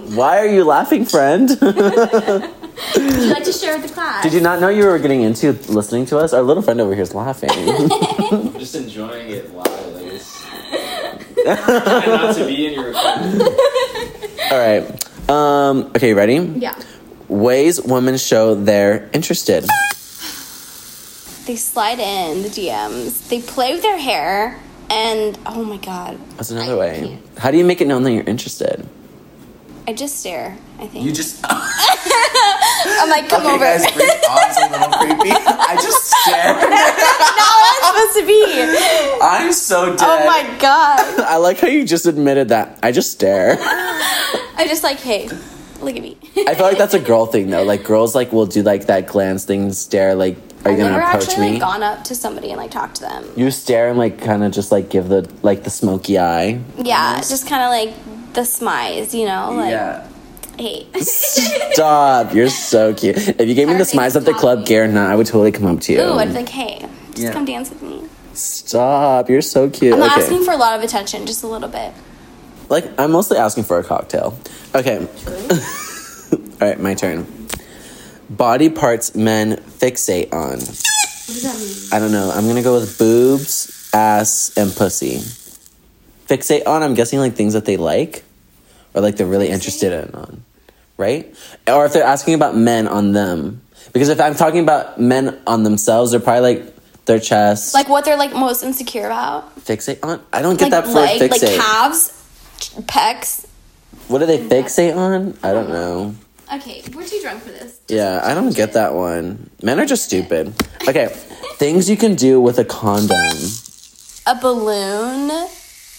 Why are you laughing, friend? Would you like to share with the class? Did you not know you were getting into listening to us? Our little friend over here is laughing. I'm just enjoying it live. Like it's trying not to be in your recording. All right. Um, okay, ready? yeah. Ways women show they're interested. They slide in the DMs. They play with their hair, and oh my god, That's another I way. can't. How do you make it known that you're interested? I just stare. I think just I'm like, come over. Bree's arms a little creepy. I just stared. Not what it's supposed to be. I'm so dead. Oh my god. I like how you just admitted that. I just stare. I just like, hey, look at me. I feel like that's a girl thing though. Like girls like will do like that glance thing, stare like, are you I've gonna never approach actually me? like, gone up to somebody and like talked to them. you stare and like kind of just like give the like the smoky eye. Yeah, just kind of like the smize, you know, like hey. Stop! You're so cute. If you gave me the Sorry, smiles at the stop. club, Garen, I would totally come up to you. Ooh, I'd be like, hey, just Yeah. come dance with me. Stop! You're so cute. I'm not okay. asking for a lot of attention, just a little bit. Like I'm mostly asking for a cocktail. Okay. All right, my turn. Body parts men fixate on. What does that mean? I don't know. I'm gonna go with boobs, ass, and pussy. Fixate on. I'm guessing like things that they like, or like they're really interested in on, right? Or if they're asking about men on them, because if I'm talking about men on themselves, they're probably like their chest. Like what they're like most insecure about, fixate on. I don't get like that for leg, like fixate. calves, ch- pecs. what do they fixate on? I don't know. Okay, we're too drunk for this. Yeah, I don't get that one. Men are just stupid. Okay, things you can do with a condom. A balloon.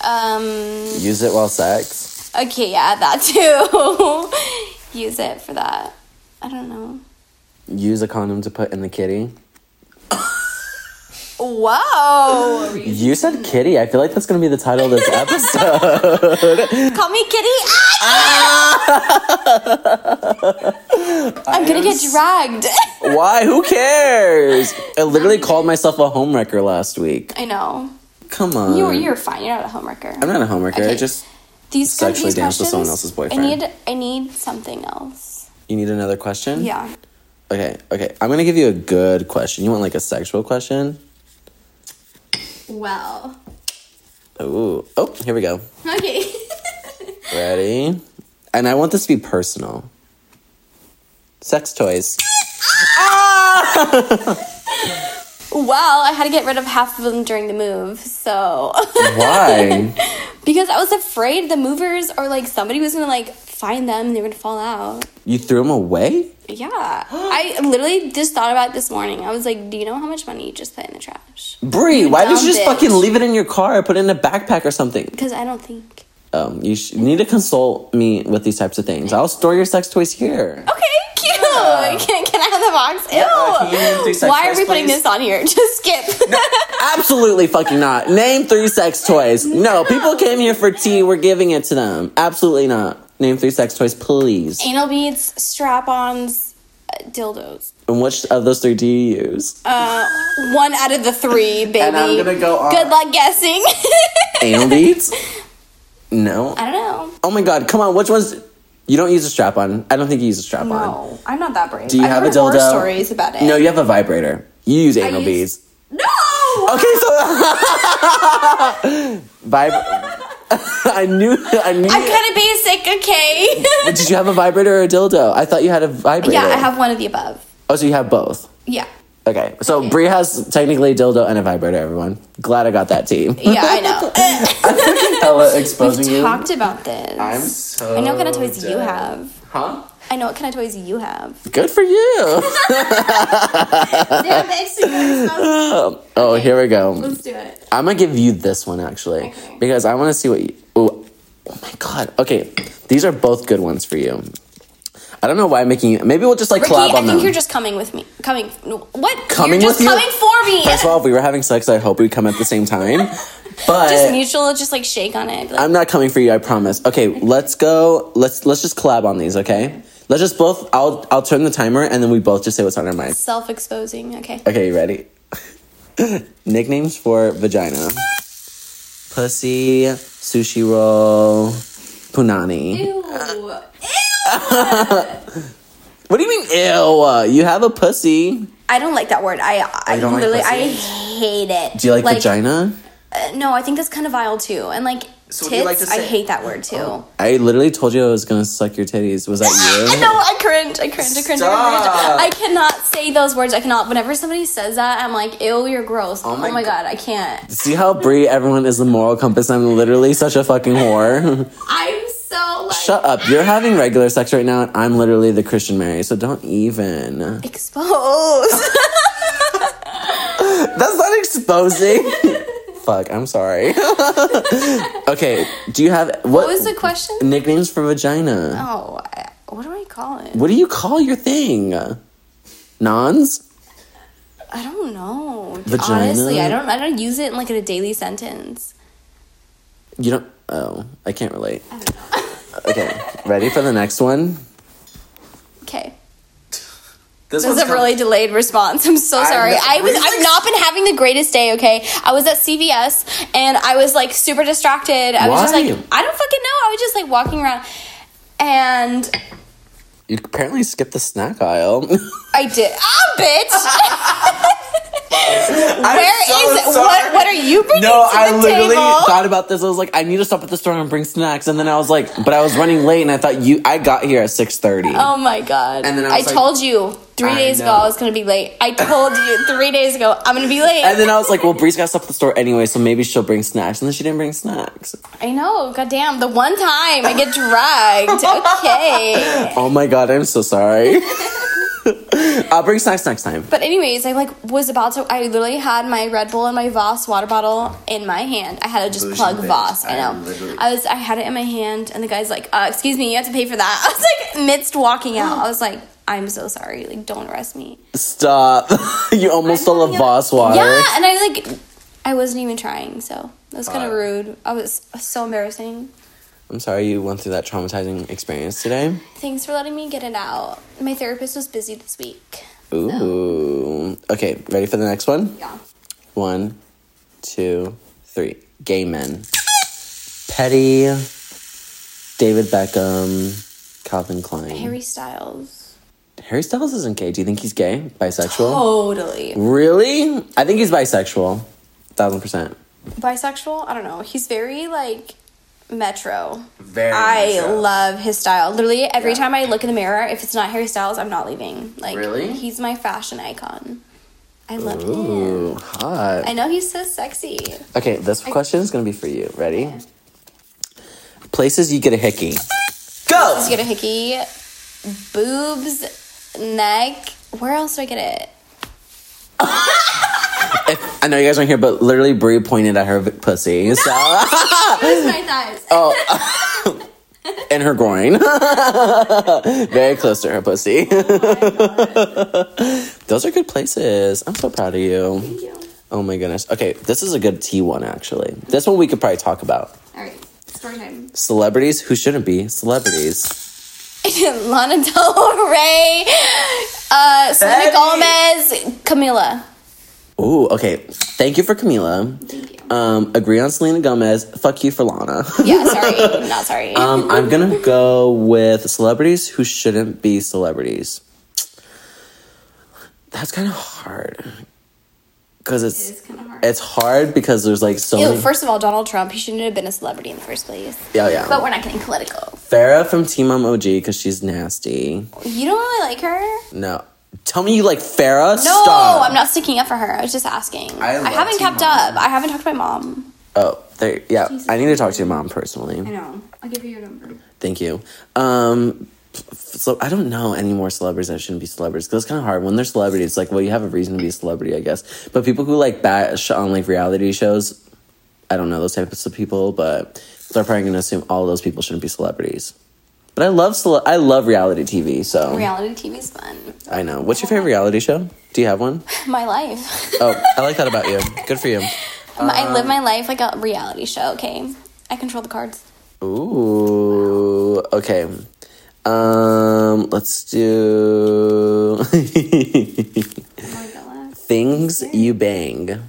Um. Use it while sex. Okay, yeah, that too. Use it for that. I don't know. Use a condom to put in the kitty. Whoa! You said kitty. I feel like that's gonna be the title of this episode. Call me Kitty. Ah! I'm gonna get dragged. Why? Who cares? I literally called myself a homewrecker last week. I know. Come on. You were you're fine. You're not a homewrecker. I'm not a homewrecker. I Okay. just These kind Sexually these dance with someone questions, else's boyfriend. I need I need something else. You need another question? Yeah. Okay, okay. I'm gonna give you a good question. You want like a sexual question? Well. Ooh. Oh, here we go. Okay. Ready? And I want this to be personal. Sex toys. well, I had to get rid of half of them during the move, so Why? because I was afraid the movers or like somebody was gonna like find them and they were gonna fall out. you threw them away? Yeah. I literally just thought about it this morning. I was like, do you know how much money you just put in the trash? Brie, why did dumb you just bitch. fucking leave it in your car or put it in a backpack or something? Because I don't think. Um, you sh- need to consult me with these types of things. I'll store your sex toys here. Okay, cute. Can, can I have the box? Ew. uh, can you do sex Why are toys, we putting please? this on here? Just skip. Absolutely fucking not. Name three sex toys. No, people came here for tea. We're giving it to them. Absolutely not. Name three sex toys, please. Anal beads, strap-ons, uh, dildos. And which of those three do you use? Uh, One out of the three, baby. And I'm gonna go on- Good luck guessing. Anal beads? No. I don't know. Oh my god, come on. Which ones? You don't use a strap on. I don't think you use a strap on. No, I'm not that brave. Do you I've have heard a dildo? horror stories about it. No, you have a vibrator. You use anal use- beads. No! Okay, so vib. I knew. I knew. I'm kind of basic, okay? Did you have a vibrator or a dildo? I thought you had a vibrator. yeah, I have one of the above. Oh, so you have both. Yeah. Okay, so Brie has technically a dildo and a vibrator. Everyone, glad I got that team. Yeah, I know. Hella exposing We've talked about this. I'm so. I know what kind of toys you have. Huh? I know what kind of toys you have. Good for you. Damn it. oh, here we go. Let's do it. I'm gonna give you this one actually Okay. because I want to see what you. Ooh, oh my god. Okay, these are both good ones for you. I don't know why I'm making you. Maybe we'll just like Ricky, collab I think on them. you're just coming with me. Coming. no, What? Coming you're just with you? coming for me. First of all, if we were having sex, I hope we'd come at the same time. But just mutual, just like shake on it. be Like, I'm not coming for you, I promise. Okay, let's go. Let's let's just collab on these, okay? Let's just both I'll I'll turn the timer and then we both just say what's on our minds. Self exposing. Okay. Okay, you ready? Nicknames for vagina. Pussy, sushi roll, punani. Ew. What do you mean ew? You have a pussy. I don't like that word. I I, don't like literally pussy? I hate it. Do you like, vagina? uh, no, I think that's kind of vile too. And like So what do tits, you like to I say? hate that word too. I literally told you I was gonna suck your titties. Was that you? No, I cringe. I cringe. I cringe. Stop. I cringe. I cannot say those words. I cannot. Whenever somebody says that, I'm like, ew, you're gross. Oh my my, god. I can't. See how Brie, everyone is the moral compass. I'm literally such a fucking whore. I'm so like Shut up. You're having regular sex right now, and I'm literally the Christian Mary, so don't even. That's exposed. not exposing. Fuck, I'm sorry. okay, do you have what, what was the question? nicknames for vagina? Oh, I, what do I call it? What do you call your thing? Nons? I don't know. Vagina? Honestly, I don't. I don't use it in like in a daily sentence. You don't. Oh, I can't relate. okay, ready for the next one? Okay. This This is a really delayed response. I'm so sorry. know. I was I've not been having the greatest day, okay? I was at CVS and I was like super distracted. I was just Why? like I don't fucking know. I was just like walking around and You apparently skipped the snack aisle. I did Oh bitch! Where is so it? sorry. What what are you bringing No, to the I literally table? thought about this. I was like, I need to stop at the store and bring snacks, and then I was like, but I was running late, and I thought you. I got here at six thirty. Oh my god. And then I I, was like, told you three I days ago know. I was gonna be late. I told you three days ago I'm gonna be late. And then I was like, well, Bree's got to stop at the store anyway, so maybe she'll bring snacks, and then she didn't bring snacks. I know, goddamn. The one time I get dragged. Okay. Oh my god, I'm so sorry. I'll bring snacks next time. But anyways, I like was about to. I literally had my Red Bull and my Voss water bottle in my hand. I had to just Bougie plug bitch. Voss. I I know. literally- I was. I had it in my hand, and the guy's like, uh, "Excuse me, you have to pay for that." I was like, midst walking out, I was like, "I'm so sorry. Like, don't arrest me." Stop. you almost stole a Voss water. Yeah, and I like, I wasn't even trying, so that was kind of Hot. rude. I was so embarrassing. I'm sorry you went through that traumatizing experience today. Thanks for letting me get it out. My therapist was busy this week. Ooh. Okay, ready for the next one? Yeah. One, two, three. Gay men. Petty, David Beckham, Calvin Klein. Harry, Harry Styles. Styles isn't gay. Do you think he's gay? Bisexual? Totally. Really? I think he's bisexual. Thousand percent. Bisexual? I don't know. He's very like metro. Very. I love his style. Literally, every Yeah. time I look in the mirror, if it's not Harry Styles, I'm not leaving. Like, Really? he's my fashion icon. I love him. Ooh, hot. I know he's so sexy. Okay, this question is gonna be for you. Ready? Places you get a hickey. Go. Let's get a hickey, boobs, neck. Where else do I get it? I know you guys aren't here, but literally Brie pointed at her v- pussy, Where's so my thighs? Oh. and her groin, very close to her pussy. Oh Those are good places. I'm so proud of you. Thank you. Oh my goodness. Okay, this is a good T one actually. This one we could probably talk about All right, story time. celebrities who shouldn't be celebrities. Lana Del Rey, uh, Selena Gomez, Camila. Ooh, okay. Thank you for Camila. Thank you. Um, agree on Selena Gomez. Fuck you for Lana. Yeah, sorry, not sorry. Um, I'm gonna go with celebrities who shouldn't be celebrities. That's kind of hard because it's kind of hard. it's hard because there's like so Ew, many. first of all, Donald Trump, he shouldn't have been a celebrity in the first place. yeah, yeah. But we're not getting political. Farah from Team Mom OG because she's nasty. You don't really like her? No, tell me you like Farah. No, Stop. I'm not sticking up for her. I was just asking. I I, love haven't Team kept up. I haven't talked to my mom. Oh, there. Yeah, I need to talk to your mom personally. know. I'll give you your number. Thank you. Um. f- So I don't know any more celebrities that shouldn't be celebrities because it's kind of hard when they're celebrities. It's like, well, you have a reason to be a celebrity, I guess. But people who like bash on like reality shows, I don't know those types of people, but they're probably going to assume all those people shouldn't be celebrities. But I love cele- I love reality TV, so Reality TV's fun. I know. What's your favorite reality show? Do you have one? My life. Oh, I like that about you. Good um, for you. I live my life like a reality show, okay? I control the cards. Ooh. Okay. Um, let's do things you bang.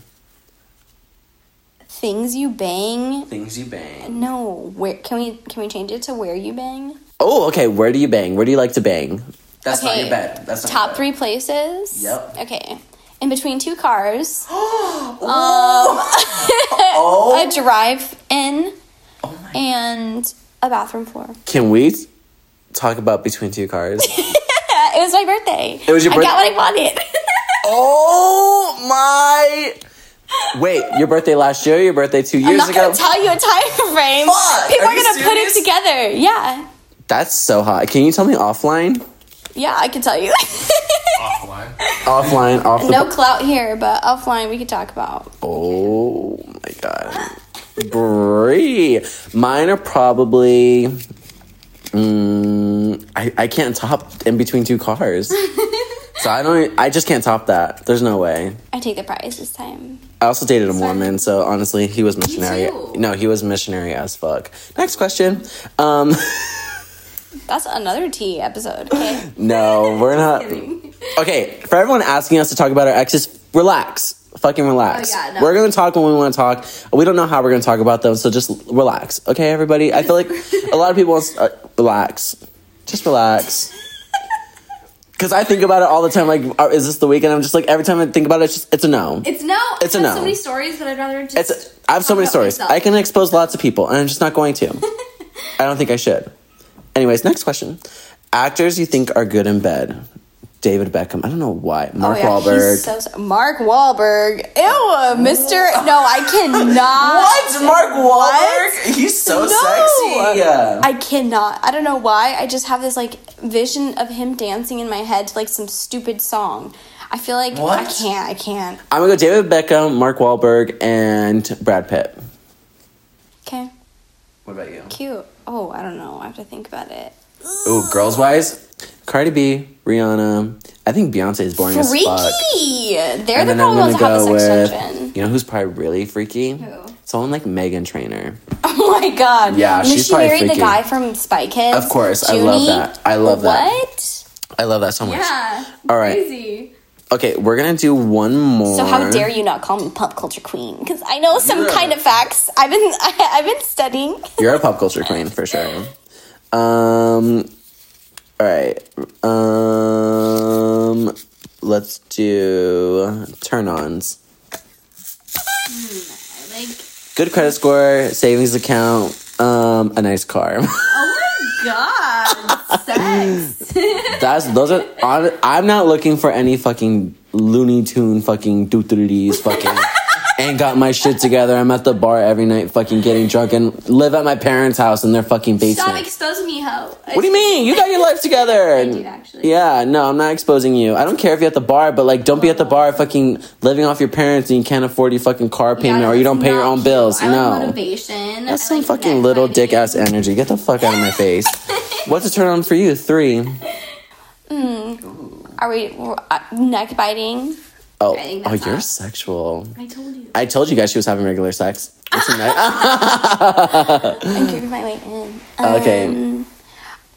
Things you bang. Things you bang. No, where can we can we change it to where you bang? Oh, okay. Where do you bang? Where do you like to bang? That's not Okay. your bed. That's Top three places. Yep. Okay. In between two cars. um, a drive in Oh and a bathroom floor. Can we talk about between two cars? Yeah, it was my birthday. It was your I got what I wanted. oh my! Wait, your birthday last year? Your birthday two I'm years not ago? gonna tell you a time frame. Fuck, People are are, you gonna put serious? it together. Yeah. That's so hot. Can you tell me offline? Yeah, I can tell you. Offline, off the no clout here, but offline we could talk about. Oh my god. Brie. Mine are probably. Mm, I, I can't top in between two cars. so I don't. I just can't top that. There's no way. I take the prize this time. I also dated a Mormon, so honestly, he was missionary. too. No, he was missionary as fuck. Next question. Um, That's another T episode. Okay. no, we're not. Okay, for everyone asking us to talk about our exes, relax. Fucking relax. Oh, yeah, no. We're gonna talk when we want to talk. We don't know how we're gonna talk about them, so just relax, okay, everybody. I feel like a lot of people wants- uh, relax. Just relax. Because I think about it all the time. Like, uh, is this the weekend? I'm just like every time I think about it, it's, just, it's a no. It's no. It's a I have no. So many stories, but I'd rather just. It's I have so talk many about stories. myself. I can expose lots of people, and I'm just not going to. I don't think I should. Anyways, next question: Actors you think are good in bed? David Beckham. I don't know why. Mark Oh, yeah, he's Wahlberg. so- so- Mark Wahlberg. Ew, Mister. No, I cannot. what? Mark Wahlberg? He's so sexy. I cannot. I don't know why. I just have this like vision of him dancing in my head to like some stupid song. I feel like I What? can't. I can't. I'm gonna go David Beckham, Mark Wahlberg, and Brad Pitt. Okay. What about you? Cute. Oh, I don't know. I have to think about it. Ooh, girls wise, Cardi B, Rihanna. I think Beyonce is boring as fuck. Freaky. They're And the then I'm problem ones gonna that have go the sex with dungeon. you know who's probably really freaky. Who? Someone like Megan Trainor. Oh my god. Yeah, And she's she probably married freaky. the guy from Spy Kids. Of course, I love Junie? that. I love that. What? I love that so much. Yeah. All right. Crazy. Okay, we're gonna do one more. So how dare you not call me pop culture queen? Because I know some Yeah. kind of facts. I've been I, I've been studying. You're a pop culture queen for sure. Um, all right. Um, let's do turn ons. Like, Good credit score, savings account, um, a nice car. oh my god, sex. That's those are. hon- I'm not looking for any fucking Looney Tune fucking dootledies fucking. And got my shit together. I'm at the bar every night, fucking getting drunk, and live at my parents' house in their fucking basement. Stop exposing me, hoe. What do you mean? You got your life together. I did, actually. Yeah, no, I'm not exposing you. I don't care if you're at the bar, but like, don't be at the bar fucking living off your parents and you can't afford your fucking car Yeah, payment no, or you that's don't pay your not own cute. bills. I like no, motivation. that's I some like fucking neck little biting. dick ass energy. Get the fuck out of my face. What's a turn on for you? Three. Are we we're, uh, neck biting? Oh, I think oh, that's you're us. sexual. I told you. I told you guys she was having regular sex. It's a nice- I'm keeping my way in. Okay. Um,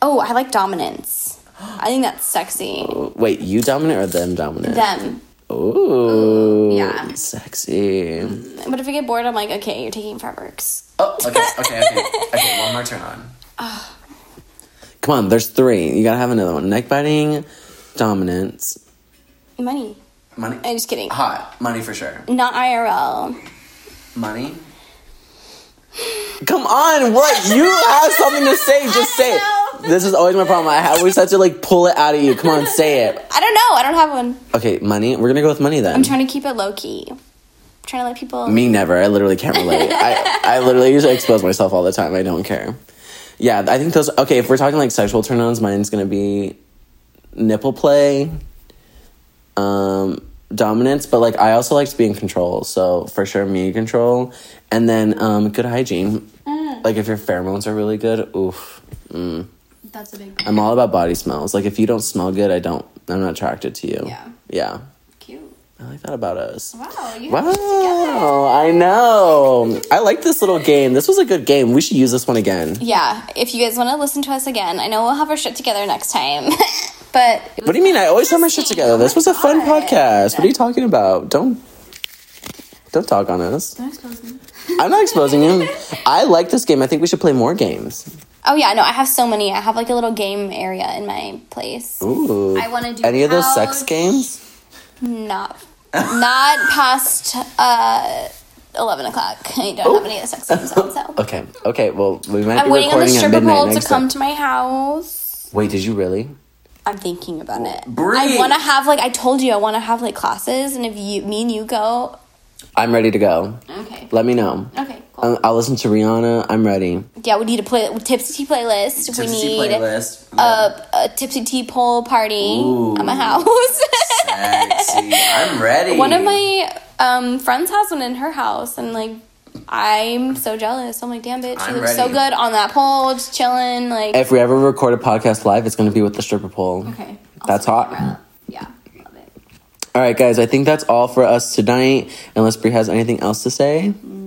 Oh, I like dominance. I think that's sexy. Wait, you dominant or them dominant? Them. Ooh, yeah. sexy. But if I get bored, I'm like, okay, you're taking forever. Oh, okay, okay, okay. Okay, one more turn on. Come on, there's three. You gotta have another one. Neck biting, dominance, Money. money. I'm just kidding. Hot. Money for sure. Not IRL. Money. Come on, what? You have something to say, just say it. This is always my problem. I always have to like pull it out of you. Come on, say it. I don't know. I don't have one. Okay, money. We're gonna go with money then. I'm trying to keep it low key. I'm trying to let people. Me never. I literally can't relate. I, I literally usually expose myself all the time. I don't care. Yeah, I think those. Okay, if we're talking like sexual turn ons, mine's gonna be nipple play, um, dominance, but like I also like to be in control. So for sure, me control. And then um, good hygiene. Like if your pheromones are really good, oof. Mm. That's a big I'm all about body smells. Like if you don't smell good, I don't. I'm not attracted to you. Yeah. Yeah. cute. I like that about us. Wow. You have Wow, I know. I like this little game. This was a good game. We should use this one again. Yeah. If you guys want to listen to us again, I know we'll have our shit together next time. but What do you mean? I always have my shit together. This was a fun podcast. What are you talking about? Don't don't talk on us. don't expose me. I'm not exposing you. I like this game. I think we should play more games. Oh yeah, no, I have so many. I have like a little game area in my place. Ooh. I wanna do any of those sex house. games. Not, not past uh, eleven o'clock. I don't have any of the sex games on. So Okay. Okay. Well, we might I'm be waiting on the recording at stripper midnight pole to next come time. to my house. Wait, did you really? I'm thinking about it. Bree! I want to have like I told you I want to have like classes, and if you, me and you go, I'm ready to go. okay, Let me know. okay, cool. Um, I'll listen to Rihanna. I'm ready. yeah, we need a play tipsy tea playlist. we need playlist. a, a tipsy tea pole party Ooh. at my house. Sexy. I'm ready. One of my um, friends has one in her house, and like, I'm so jealous. I'm like, damn, bitch, she I'm looks so ready. good on that pole, just chilling. Like, If we ever record a podcast live, it's going to be with the stripper pole. okay, That's hot. Yeah, love it. All right, guys. I think that's all for us tonight. Unless Brie has anything else to say. Nope.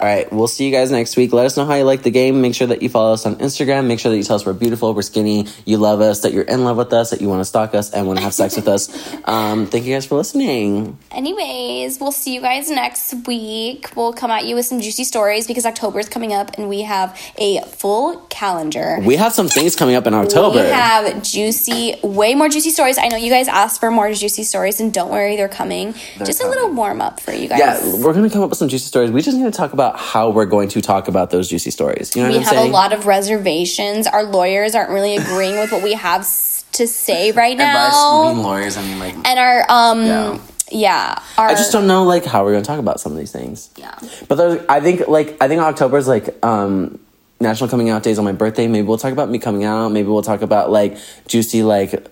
All right, we'll see you guys next week. Let us know how you like the game. Make sure that you follow us on Instagram. Make sure that you tell us we're beautiful, we're skinny, you love us, that you're in love with us, that you want to stalk us and want to have sex with us. Um, thank you guys for listening. Anyways, we'll see you guys next week. We'll come at you with some juicy stories because October is coming up, and we have a full calendar. We have some things coming up in October. We have juicy, way more juicy stories. I know you guys asked for more juicy stories, and don't worry, they're coming. Just a little warm up for you guys. yeah, we're gonna come up with some juicy stories. We just need to talk about how we're going to talk about those juicy stories. You know we what I'm have saying? a lot of reservations. Our lawyers aren't really agreeing with what we have s- to say right now. lawyers, I mean like And our um Yeah. yeah, our I just don't know like how we're gonna talk about some of these things. yeah. But there's, I think like I think October is like um National Coming Out Days on my birthday. Maybe we'll talk about me coming out. Maybe we'll talk about like juicy like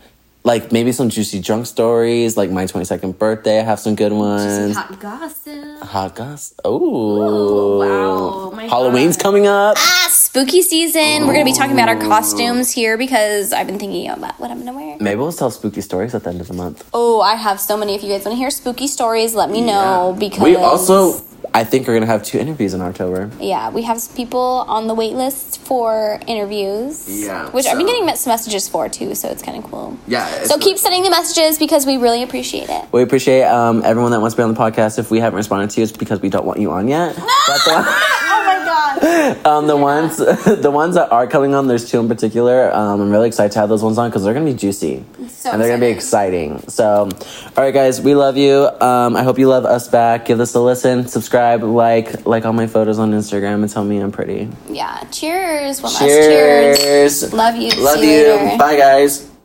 like maybe some juicy drunk stories. Like my twenty second birthday, I have some good ones. Hot gossip. Hot goss. Oh wow. My Halloween's coming up. Ah, spooky season. We're gonna be talking about our Oh. costumes here because I've been thinking about what I'm gonna wear. Maybe we'll tell spooky stories at the end of the month. Oh, I have so many. If you guys want to hear spooky stories, let me know because we also. I think we're gonna have two interviews in October. Yeah, we have some people on the wait list for interviews. Yeah, Which I've been so- getting some messages for too, so it's kind of cool. Yeah. it's- So keep sending the messages because we really appreciate it. We appreciate um, everyone that wants to be on the podcast. If we haven't responded to you, it's because we don't want you on yet. But the, Oh my god. um, the ones, the ones that are coming on, there's two in particular. Um, I'm really excited to have those ones on because they're gonna be juicy so and they're gonna be exciting. So, all right, guys, we love you. Um, I hope you love us back. Give us a listen, subscribe, like, like all my photos on Instagram, and tell me I'm pretty. Yeah. Cheers. One last cheers. Love you. Love See you. later. Bye, guys.